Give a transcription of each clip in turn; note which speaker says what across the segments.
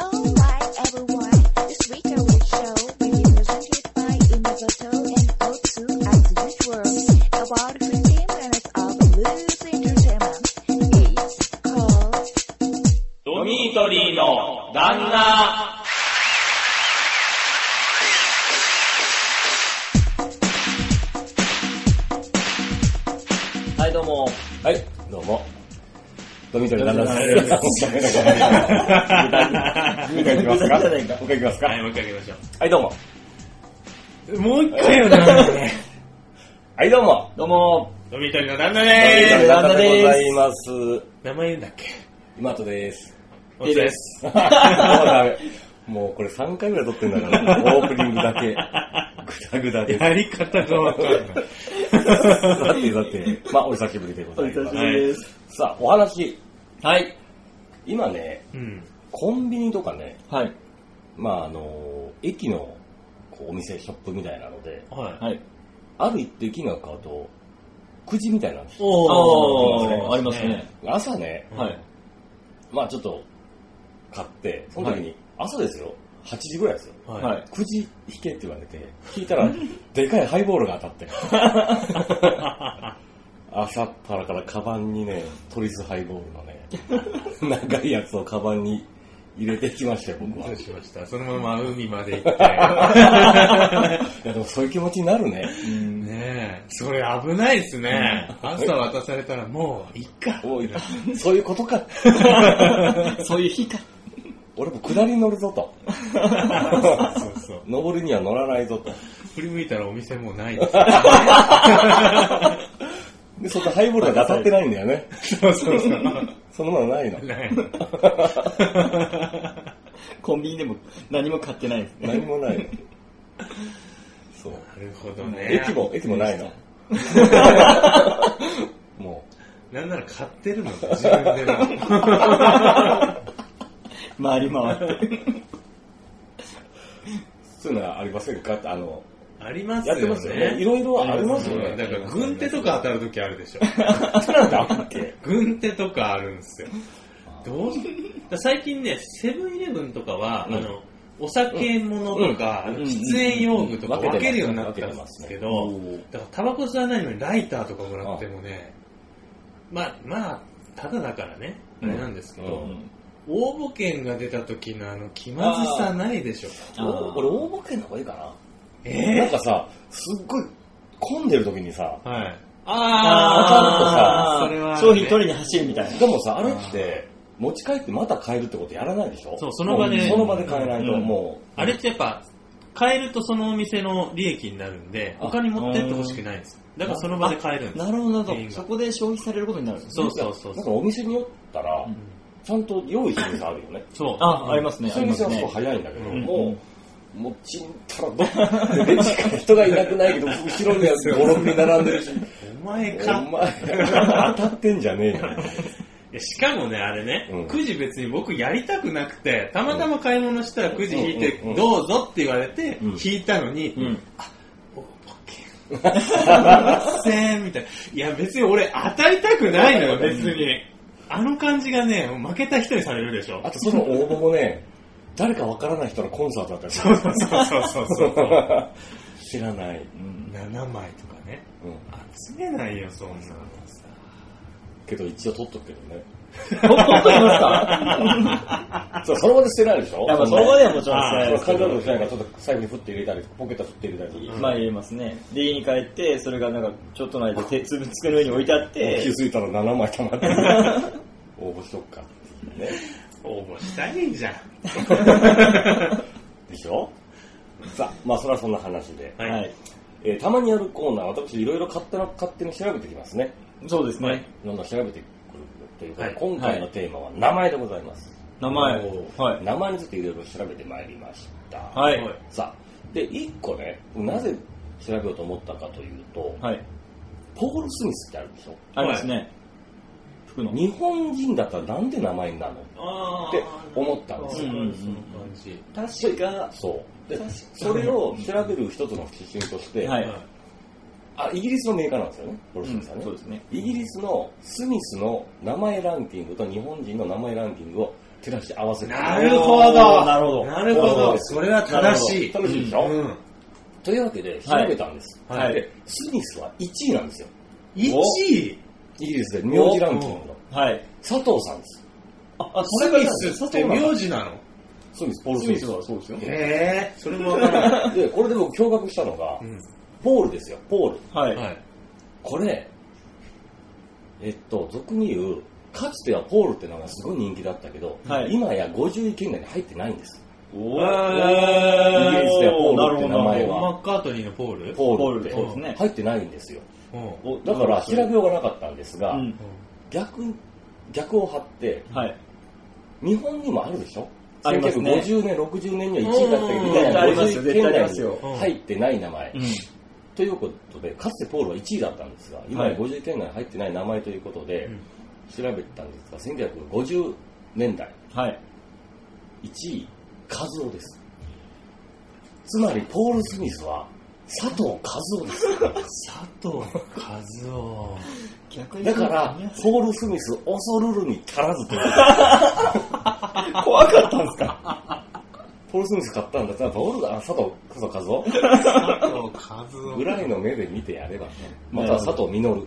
Speaker 1: Oh my everyone, this week I will show will be presented by Inabato and O2 as usual about 15 minutes of loose entertainment. It's called
Speaker 2: ドミートリーの旦那。はい、どうも。
Speaker 3: はい、どうも。ドミトリー旦那です。 もう一回いきますかもう一回いきますか
Speaker 2: はい、もう一回行きましょう。
Speaker 3: はい、どうも。
Speaker 4: もう一回よね。
Speaker 3: はい、どうも。
Speaker 4: どうも、
Speaker 2: ドミートリーの旦那
Speaker 3: ドミトリ
Speaker 2: で
Speaker 3: ー
Speaker 2: す。
Speaker 3: 旦那でございます。
Speaker 2: 名前言うんだっけ
Speaker 3: 今とです。
Speaker 2: お疲れです。
Speaker 3: もうダメ。もうこれ3回ぐらい撮ってんだから、オープニングだけ。ぐだぐだです。
Speaker 2: やり方がわかんない。
Speaker 3: さてさて、まあお久しぶりでございます。
Speaker 4: です。
Speaker 3: さあ、お話。
Speaker 4: はい。
Speaker 3: 今ね、
Speaker 2: うん。
Speaker 3: コンビニとかね、
Speaker 4: はい。
Speaker 3: まああの、駅のこうお店、ショップみたいなので、
Speaker 2: はい。
Speaker 4: はい。
Speaker 3: ある一定金額買うと、くじみたいなんですよ
Speaker 2: おー
Speaker 4: あーありますね。
Speaker 3: 朝ね、
Speaker 4: はい。
Speaker 3: まあちょっと買って、その時
Speaker 4: は
Speaker 3: に、朝ですよ、8時ぐらいですよ。
Speaker 2: はい。
Speaker 4: はい。
Speaker 3: 9時引けって言われて、引いたら、 でかいハイボールが当たって。 朝っぱらからカバンにね、トリスハイボールのね、 長いやつをカバンに入れてきましたよ、僕は。
Speaker 2: どう
Speaker 3: い
Speaker 2: しましたそのまま海まで行って。
Speaker 3: や、でもそういう気持ちになる ね。
Speaker 2: ねえ、それ危ないですね。朝渡されたらもう、いっか。
Speaker 3: おい、そういうことか。
Speaker 4: そういう日か。
Speaker 3: 俺も下りに乗るぞと。
Speaker 2: そうそう。
Speaker 3: 上りには乗らないぞと。
Speaker 2: 振り向いたらお店もうないです。
Speaker 3: で、そこハイボールが当たってないんだよね。
Speaker 2: そうそう そう。
Speaker 3: そのままないの。
Speaker 2: ない。
Speaker 4: コンビニでも何も買ってないですね。
Speaker 3: 何もないの。そう。
Speaker 2: なるほどね。
Speaker 3: 駅も、駅も ないの。も
Speaker 2: なんなら買ってるのか、自分で も。
Speaker 4: 回り回って。
Speaker 3: う、そういうのはありませんかって、あの、
Speaker 2: あります
Speaker 3: や
Speaker 2: よ
Speaker 3: っ
Speaker 2: ね。
Speaker 3: てますよね。いろいろありますよ
Speaker 2: そうだ
Speaker 3: ね。
Speaker 2: から、軍手とか当たるときあるでしょ。
Speaker 3: なんだっけ
Speaker 2: 軍手とかあるんですよ。どうし最近ね、セブンイレブンとかは、
Speaker 3: うん
Speaker 2: あの、お酒物とか、
Speaker 3: うん
Speaker 2: あの
Speaker 3: うん
Speaker 2: 喫煙用具とか
Speaker 3: うんうん
Speaker 2: 分けるようになったんですけど、
Speaker 3: 分けてますね
Speaker 2: だからタバコ吸わないのにライターとかもらってもね、まあ、まあ、ただだからね、あれなんですけど、
Speaker 3: うん
Speaker 2: 応募券が出た時のあの気まずさないでしょ。
Speaker 4: あー
Speaker 3: 俺、大募券の方がいいかな。なん
Speaker 2: え
Speaker 3: かさ、すっごい混んでる時にさ、
Speaker 2: ー、はい。
Speaker 3: あ
Speaker 2: ーそれはね
Speaker 4: 商品取りに走るみたいな。
Speaker 3: でもさ、あれって、持ち帰ってまた買えるってことやらないでしょ
Speaker 5: そうその場で
Speaker 3: もうその場で買えないと、
Speaker 4: うん
Speaker 3: も
Speaker 5: あれってやっぱ、買えるとそのお店の利益になるんで、
Speaker 3: あ
Speaker 5: 他に持ってってほしくないんですよ。だからその場で買えるんです。
Speaker 4: なるほど、なる
Speaker 5: 店
Speaker 4: ほ
Speaker 5: 員が
Speaker 4: ど。そこで消費されることになるんです
Speaker 5: そう
Speaker 4: ね。
Speaker 3: う、
Speaker 5: そうそう
Speaker 3: なん
Speaker 5: そ
Speaker 3: か
Speaker 5: う。
Speaker 3: お店によったら
Speaker 4: うん、
Speaker 3: ちゃんと用意する店あるよね。
Speaker 5: そう。
Speaker 4: あ、ありますね。
Speaker 3: そ
Speaker 4: あ
Speaker 3: ういう
Speaker 4: ります
Speaker 3: 店はす
Speaker 4: ね
Speaker 3: ごい。早いんだけど、
Speaker 2: うん
Speaker 3: もう、もうちんたらどっレジから人がいなくないけど、後ろには5、6人並んでるし、
Speaker 2: お前
Speaker 3: お
Speaker 2: か。
Speaker 3: 前、当たってんじゃねえよ。
Speaker 5: いやしかもね、あれね、
Speaker 3: うん
Speaker 5: くじ別に僕やりたくなくて、たまたま買い物したらくじ引いて
Speaker 3: うんうんうん、
Speaker 5: どうぞって言われて
Speaker 3: うん、
Speaker 5: 引いたのに、
Speaker 4: うん。
Speaker 5: おぼけん。すいません、みたいな。いや、別に俺当たりたくないのよ、別に。あの感じがね、負けた人にされるでしょ
Speaker 3: あ。とその応募もね、誰かわからない人のコンサートだったりす
Speaker 2: そう
Speaker 3: る。
Speaker 2: そうそうそうそう。
Speaker 3: 知らない。
Speaker 4: うん
Speaker 2: 7枚とかね。
Speaker 3: うん
Speaker 2: 集めないよ、そんなの。
Speaker 3: けど一応取っとくけどね。
Speaker 4: ほっときますか
Speaker 3: そう、その場で捨てないでしょ
Speaker 4: やっぱそこではもちろん
Speaker 3: そ
Speaker 4: 捨てない
Speaker 3: の
Speaker 4: ですけ
Speaker 3: 感情
Speaker 4: ど
Speaker 3: のしないから、ちょっと最後に振って入れたりとか、ポケット振って入れたり、
Speaker 4: まあ入れますね。で、家に帰って、それがなんか、ちょっとの間、手、つぶつけの上に置いてあっ
Speaker 3: 気
Speaker 4: て、
Speaker 3: づいたら7枚溜まってる。応募しとくかっていうね。
Speaker 2: 応募したらいいじゃん。
Speaker 3: でしょさあ、まあそれはそんな話で。
Speaker 2: はい
Speaker 4: はい。
Speaker 3: えーたまにやるコーナー、私いろいろ勝手な勝手に調べてきますね。
Speaker 4: そうですね。
Speaker 3: どんどん調べてくるということで、
Speaker 2: はい
Speaker 3: 今回のテーマは名前でございます。
Speaker 4: 名前
Speaker 2: おー
Speaker 4: はい。
Speaker 3: 名前についていろいろ調べてまいりました。
Speaker 4: はい。
Speaker 3: さあ、で、一個ね、なぜ調べようと思ったかというと、
Speaker 4: はい。
Speaker 3: ポール・スミスってあるでしょ
Speaker 4: ありますね。服の。
Speaker 3: 日本人だったらなんで名前になるのっ
Speaker 5: あ
Speaker 3: て思ったんですよ。
Speaker 4: うんうん
Speaker 2: その感じ。
Speaker 4: 確か、
Speaker 3: そう。で、それを調べる一つの指針として、
Speaker 4: はい。
Speaker 3: あ、イギリスのメーカーなんですよね、ポール・スミスはね。
Speaker 4: そうですね。
Speaker 3: イギリスのスミスの名前ランキングと日本人の名前ランキングを照らして合わせて。
Speaker 5: なるほど。
Speaker 4: なるほど
Speaker 5: なるほ
Speaker 3: そう
Speaker 5: ど。
Speaker 3: です
Speaker 5: それは正しい。
Speaker 3: 楽しいでしょ、
Speaker 5: うん。
Speaker 3: というわけで、調べたんです。
Speaker 4: はいはい
Speaker 3: で、スミスは1位なんですよ。
Speaker 5: 1位
Speaker 3: イギリスで名字ランキングの。
Speaker 4: はい。
Speaker 3: 佐藤さんです。
Speaker 5: あ、それがスミスって名字なの
Speaker 3: スミス、ポール・スミス。そうですよ
Speaker 5: へえ、それもわからない。
Speaker 3: で、これで僕驚愕したのが、
Speaker 5: うん。
Speaker 3: ポールですよ、ポール。
Speaker 4: はい。
Speaker 5: はい。
Speaker 3: これ、えっと、俗に言う、かつてはポールってのがすごい人気だったけど、
Speaker 4: はい
Speaker 3: 今や50位圏内に入ってないんです。
Speaker 4: お
Speaker 3: イギリスではポールって名前
Speaker 5: マ
Speaker 3: は、
Speaker 5: ッカートニーのポール
Speaker 3: ポールって
Speaker 4: ポールそうですね
Speaker 3: 入ってないんですよ。
Speaker 5: うん。
Speaker 4: お
Speaker 3: だから調べようがなかったんです
Speaker 4: う
Speaker 3: が、
Speaker 4: ん。
Speaker 3: 逆に、逆を張って、
Speaker 4: はい。
Speaker 3: 日本にもあるでしょ
Speaker 4: ありますね
Speaker 3: 1950年、60年には1位だったけど、
Speaker 5: うん
Speaker 3: 今や
Speaker 4: ありますよ
Speaker 3: 50
Speaker 4: 絶対あり
Speaker 3: 圏
Speaker 4: ますよ
Speaker 3: 内に入ってない名前
Speaker 4: う。ん。
Speaker 3: ということで、かつてポールは1位だったんですが、今
Speaker 4: は
Speaker 3: や
Speaker 4: い
Speaker 3: 50圏内に入ってない名前ということで、調べたんですが、1950年代、
Speaker 4: はい。
Speaker 3: 1位、カズオです。つまり、ポール・スミスは、佐藤カズオです。
Speaker 5: 佐藤和夫。
Speaker 4: 逆
Speaker 3: だから、ポール・スミス、恐るるに足らずという。
Speaker 4: 怖かったんですか
Speaker 3: ポール・スミス買ったんだったら、ポールが、あ佐藤、佐藤和夫
Speaker 5: 佐藤和夫。
Speaker 3: ぐらいの目で見てやればね、または佐藤実、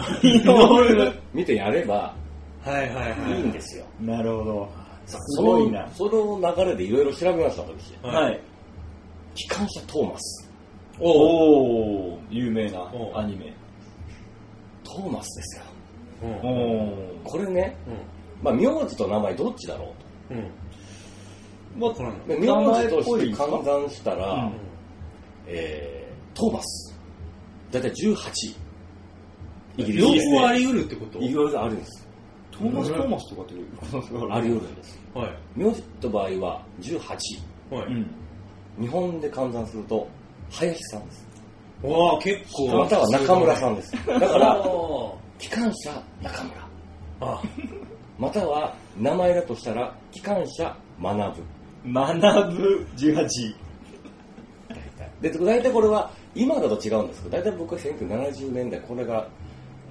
Speaker 3: 見てやれば
Speaker 5: はいはい
Speaker 3: いい
Speaker 5: は
Speaker 3: ん
Speaker 5: い。
Speaker 3: ですよ。
Speaker 4: なるほど。す
Speaker 3: そ
Speaker 4: ごいな
Speaker 3: の、。その流れでいろいろ調べました、私。
Speaker 4: はい。
Speaker 3: 機関車トーマス。
Speaker 5: おお。
Speaker 4: おお有名な
Speaker 5: お
Speaker 4: アニメ。
Speaker 3: トーマスですよ。
Speaker 5: うん
Speaker 4: おお
Speaker 3: これね、まあ、名字と名前どっちだろうと。
Speaker 5: うん。うん。
Speaker 4: まあ、
Speaker 3: で名字として換算したら、えー、トーマス。だいたい18位。イギリ
Speaker 5: 両
Speaker 3: スで
Speaker 5: 方あり得るってこと
Speaker 3: いろいろあるんです。
Speaker 4: トーマス・トーマスとかっていう
Speaker 3: あり得るんです。
Speaker 5: はい。
Speaker 3: 名字の場合は18位。
Speaker 5: は
Speaker 4: う
Speaker 5: い。
Speaker 4: ん。
Speaker 3: 日本で換算すると、林さんです。
Speaker 5: わあ、結構。
Speaker 3: または中村さ
Speaker 5: ん。
Speaker 3: んです。だから、機関車中村。
Speaker 5: あ、
Speaker 3: または、名前だとしたら、機関車学ぶ。
Speaker 4: 学ぶ18。
Speaker 3: で、大体これは、今だと違うんですけど、大体僕は1970年代、これが、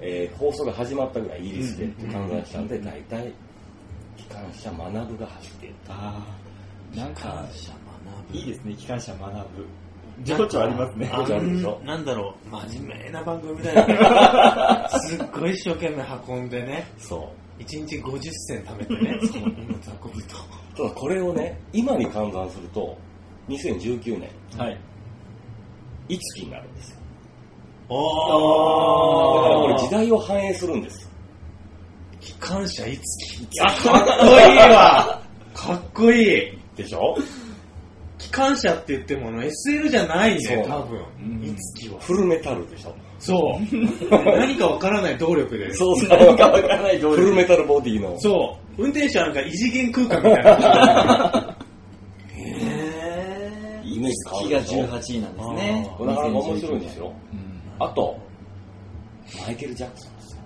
Speaker 3: えー放送が始まったぐらいイギリスでって考えしたんで、大体、機関車学ぶが走っている。
Speaker 4: ああ。なん
Speaker 3: 機関
Speaker 4: か、
Speaker 3: 車
Speaker 5: 学ぶ。
Speaker 4: いいですね、機関車学ぶ。情緒ありますね。
Speaker 5: あ
Speaker 3: 情緒あるでしょ
Speaker 5: なんだろう、真面目な番組だよね。すっごい一生懸命運んでね、
Speaker 3: そ
Speaker 5: 1日50銭貯めてね、そ運ぶと。
Speaker 3: う。ただこれをね、今に換算すると、2019年、
Speaker 4: はい。
Speaker 3: いつ期になるんですよ。だからこ
Speaker 5: お
Speaker 3: れ時代を反映するんです。
Speaker 5: 機関車いつき。あ、かっこいいわ。かっこいい。
Speaker 3: でしょ
Speaker 5: 機関車って言ってもあの SL じゃないね、
Speaker 3: そう
Speaker 5: 多分。
Speaker 4: うん
Speaker 5: いつきは。
Speaker 3: フルメタルでしょ
Speaker 5: そう。 何かわからない動力で。
Speaker 3: そうそう。
Speaker 4: 何かわからない
Speaker 3: フ
Speaker 4: 道
Speaker 3: ル
Speaker 4: 理。
Speaker 3: メタルボディの。
Speaker 5: そう。運転手はなんか異次元空間みたいな。へ
Speaker 3: イメージ
Speaker 4: 月
Speaker 3: 変わ
Speaker 4: が
Speaker 3: るでしょ
Speaker 4: 18位なんですね。
Speaker 3: なかなか面白いんですよ。
Speaker 4: うん。
Speaker 3: あと、マイケル・ジャクソンですよ。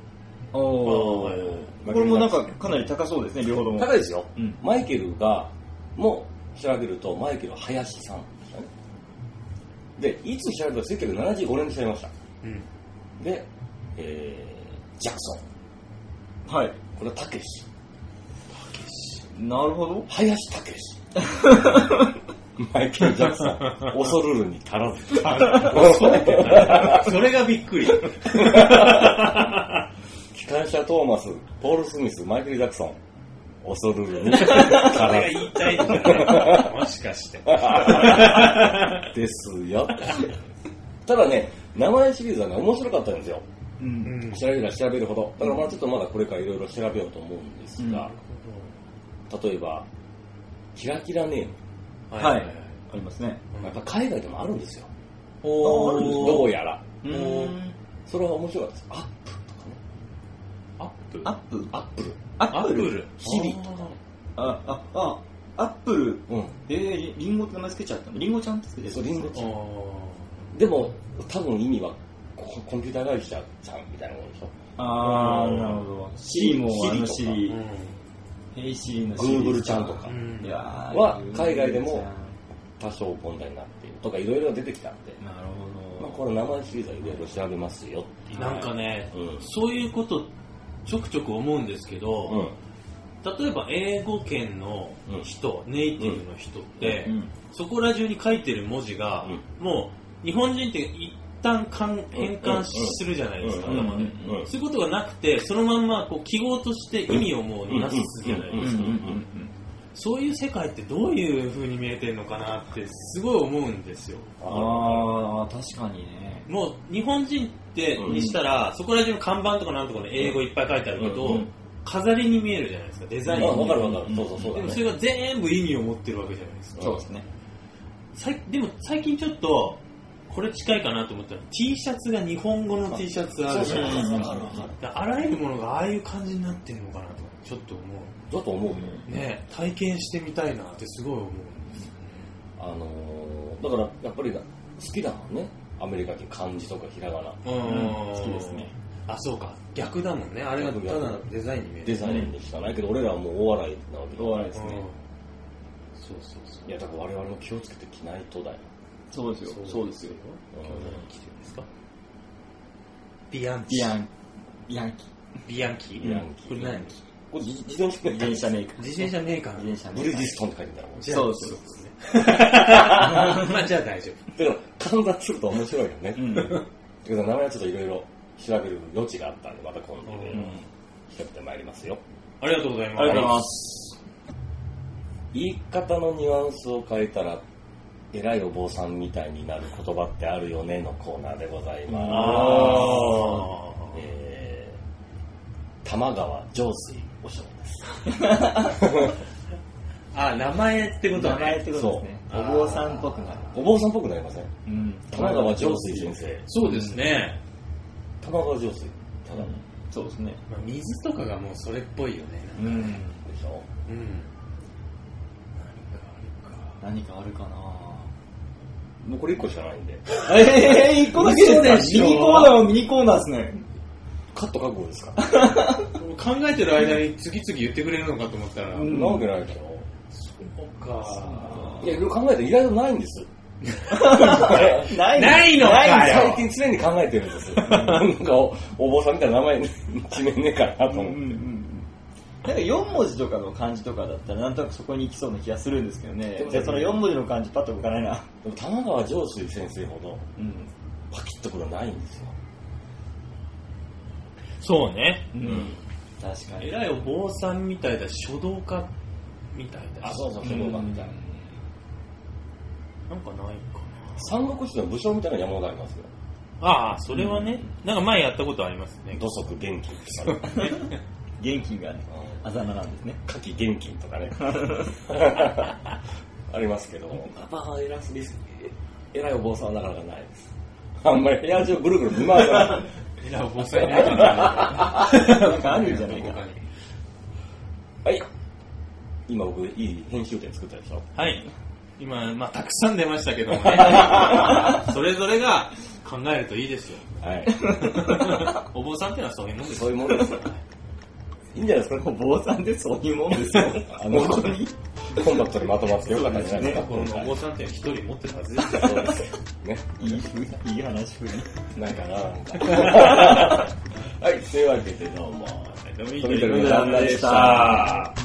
Speaker 4: おお
Speaker 5: はいはい。
Speaker 4: これもなんか、かなり高そうですね、両方とも。
Speaker 3: 高いですよ。
Speaker 4: うん
Speaker 3: マイケルが、もう調べると、マイケルは林さんでしたね。で、いつ調べたら1975年に調べました。
Speaker 5: うん
Speaker 3: で、えー、ジャクソン。
Speaker 4: はい。
Speaker 3: これはたけし。
Speaker 4: なるほど。
Speaker 3: 林たけ し。マイケル・ジャクソン。恐るるに足ら ず。
Speaker 5: それがびっくり。
Speaker 3: 機関車トーマス、ポール・スミス、マイケル・ジャクソン。恐るるに足らず。
Speaker 5: 言いたいんじゃないもしかして。
Speaker 3: ですよ。ただね、名前シリーズはね、面白かったんですよ。
Speaker 4: う。
Speaker 5: うんん
Speaker 3: 調べれば調べるほど。だからまあちょっとまだこれからいろいろ調べようと思うんですが、例えば、キラキラネーム。
Speaker 4: はい。ありますね。
Speaker 3: やっぱ海外でもあるんですよ。
Speaker 5: お
Speaker 4: ああるんです
Speaker 3: どうやら。
Speaker 4: う
Speaker 5: ー
Speaker 4: ん。
Speaker 3: それは面白かったです。アップとかね。
Speaker 5: アップ
Speaker 4: アップ
Speaker 3: アップル。
Speaker 4: ア
Speaker 5: ア
Speaker 4: ッ
Speaker 5: ップ
Speaker 4: プル
Speaker 5: ル。
Speaker 3: 日々とかね。
Speaker 4: あ、あ、あ、アップル。
Speaker 3: うん。
Speaker 4: えー、りりんごって名前つけちゃったのりんごちゃんってつけて
Speaker 3: そう、リンゴ
Speaker 5: あ
Speaker 3: ちゃん。
Speaker 5: ー
Speaker 3: でも、多分意味はココンピューター会社ちゃんみたいなものでしょ。
Speaker 4: あ
Speaker 5: う
Speaker 4: ー、
Speaker 5: ん
Speaker 4: なるほど。シリもあのシリ
Speaker 5: う。
Speaker 4: ヘイシリのシリ。
Speaker 3: Google ちゃんとか
Speaker 5: ん
Speaker 4: いやー
Speaker 3: は海外でも多少問題になっているとかいろいろ出てきたんで、
Speaker 4: なる
Speaker 3: まあ、こ
Speaker 4: ほ
Speaker 3: の名前シリーズはいろいろ調べますよ。
Speaker 5: なんかね
Speaker 3: う、ん
Speaker 6: そういうこと、ちょくちょく思うんですけど、
Speaker 3: うん。
Speaker 5: 例えば英語圏の人、ネイティブの人って、
Speaker 4: うん
Speaker 5: そこら中に書いてる文字が、もう日本人って一旦かん変換
Speaker 3: うん
Speaker 5: するじゃないですか、
Speaker 3: うん
Speaker 5: 頭で、
Speaker 3: うん
Speaker 5: そういうことがなくてそのまんまこう記号として意味をもうなすじゃないですか、
Speaker 3: うん
Speaker 5: そういう世界ってどういう風に見えてるのかなってすごい思うんですよ
Speaker 4: ああ、確かにね。
Speaker 5: もう日本人ってにしたら、そこら中の看板とかなんとかの英語いっぱい書いてあるけど、
Speaker 3: うんうん
Speaker 5: 飾りに見えるじゃないですかデザイン
Speaker 3: まあ
Speaker 5: に
Speaker 3: わかるわかる。そうそうそう
Speaker 5: で
Speaker 3: だ
Speaker 5: もそ
Speaker 3: ね。
Speaker 5: れが全部意味を持ってるわけじゃないですか
Speaker 4: そうですね。
Speaker 5: さいでも最近ちょっとこれ近いかなと思ったら T シャツが日本語の T シャツあるじゃないです
Speaker 4: そうそう
Speaker 5: か
Speaker 4: わかるわ
Speaker 3: かる
Speaker 5: だからあらゆるものがああいう感じになってるのかなとちょっと思う
Speaker 3: だと思うよ。
Speaker 5: ね体験してみたいなってすごい思う
Speaker 3: あのー、だからやっぱり好きだもんね。アメリカ人漢字とかひらがな。
Speaker 5: うん
Speaker 4: 好きですね
Speaker 5: あそうか逆だもんねあれがただのデザインに見え
Speaker 3: デ
Speaker 5: る
Speaker 3: ザインにしかないけど、俺らはもう大笑いなわけ
Speaker 4: お笑いで
Speaker 5: う
Speaker 4: す
Speaker 5: ん
Speaker 4: ね。
Speaker 5: そうそうそう
Speaker 3: いや、だから我々も気をつけて着ないとだよ。
Speaker 4: そうですよ。そうですよ。
Speaker 3: うん
Speaker 5: 来てるんですかビアンキ
Speaker 4: ビアン、ビアンキ。
Speaker 5: ビアンキ
Speaker 3: ビアンキ
Speaker 5: これ何
Speaker 3: これ自自転車メーカ ー
Speaker 4: 自転車メーカー。
Speaker 5: 自転車メーカー
Speaker 4: 自転車メ
Speaker 3: ブ
Speaker 4: ー
Speaker 3: リ
Speaker 4: カー
Speaker 3: ヂ。ストンって書いてたらもん。
Speaker 5: じゃあ
Speaker 4: そうそう
Speaker 5: ですね まあじゃあ大丈夫
Speaker 3: だから、観覧すると面白いよね。
Speaker 4: うん。
Speaker 3: だけど名前はちょっといろいろ調べる余地があったんで、また今度で
Speaker 5: うん
Speaker 3: 調べてまいりますよ。
Speaker 5: ありがとうございます
Speaker 4: ありがとうございます。
Speaker 3: 言い方のニュアンスを変えたら、偉いお坊さんみたいになる言葉ってあるよねのコーナーでございま
Speaker 5: あ
Speaker 3: す。えー、玉川上水おしょです。
Speaker 5: ああ名前ってこと
Speaker 4: 名
Speaker 5: は
Speaker 4: 前
Speaker 5: ね
Speaker 4: ってことですね。
Speaker 5: そう
Speaker 4: お坊さんっぽくなる。
Speaker 3: お坊さんっぽくなりません
Speaker 4: うん。
Speaker 3: 玉川上水先生。
Speaker 5: そうですね、
Speaker 3: 玉川上水。ただの。
Speaker 4: そうですね。
Speaker 5: まあ、水とかがもうそれっぽいよね
Speaker 4: うん。
Speaker 3: でしょ
Speaker 5: うん
Speaker 4: 何かあるかな
Speaker 3: もうこれ1個しかないんで。
Speaker 4: ええー、一個だけです
Speaker 5: 嘘
Speaker 4: ね。
Speaker 5: でしょ
Speaker 4: ミニコーナーもミニコーナーですね。
Speaker 3: カット覚悟ですか
Speaker 5: 考えてる間に次々言ってくれるのかと思ったら、
Speaker 4: うん
Speaker 3: なわけないけど。
Speaker 5: そうか
Speaker 3: いや、いろいろ考えて意外とないんです。
Speaker 4: ない
Speaker 5: ないのかよ
Speaker 3: 最近常に考えてるん です。なんかお、お坊さんみたいな名前に決めねえかなと
Speaker 4: うんう
Speaker 3: 思
Speaker 4: んう
Speaker 3: って。
Speaker 4: んなんか4文字とかの漢字とかだったらなんとなくそこに行きそうな気がするんですけどね
Speaker 3: も。
Speaker 4: じゃあその4文字の漢字パッと動かないな。
Speaker 3: でも玉川上水先生ほど、
Speaker 4: うん。
Speaker 3: パキッとくるのないんですよ。
Speaker 5: そうね
Speaker 4: うん。確かに。
Speaker 5: 偉いお坊さんみたいだし書道家みたいだし
Speaker 3: あ、そうそう、書道家みたいな。
Speaker 5: なんかないか
Speaker 3: 三国志の武将みたいな山ほどありますよ。
Speaker 5: なああそれはね、なんか前やったことありますね
Speaker 3: 土足元金と かね。
Speaker 4: 現金がね、あざ名なんですね。
Speaker 3: 夏季元金とか ね。ありますけど、パパが偉すぎす偉いお坊さんはなかなかないです。あんまり部屋中ぐるぐる見回さない。
Speaker 5: 偉いお坊さんいないけどな
Speaker 4: なんかあるんじゃない
Speaker 5: 他
Speaker 4: か。
Speaker 5: に
Speaker 3: はい。今僕、いい編集点作ったでしょ。
Speaker 5: はい。今、まあ、たくさん出ましたけどもね。 それぞれが考えるといいですよ。
Speaker 3: はい。
Speaker 5: お坊さんってのはそういうもんです
Speaker 3: そういうものですよ。いいんじゃないですか、
Speaker 4: お坊さんでそういうもんですよ。
Speaker 3: あの、コンパクトにまとまってよかったんじゃないですか、
Speaker 5: このお
Speaker 3: 今
Speaker 5: 坊さんっていうのは一人持ってるはずですよ。
Speaker 3: 回。そうですね。
Speaker 4: いいふういい話風に。
Speaker 3: なん かな、なんか。はい、というわけでどうも。
Speaker 5: 富
Speaker 3: 富田
Speaker 5: 田
Speaker 3: さんでし
Speaker 5: さん
Speaker 3: た。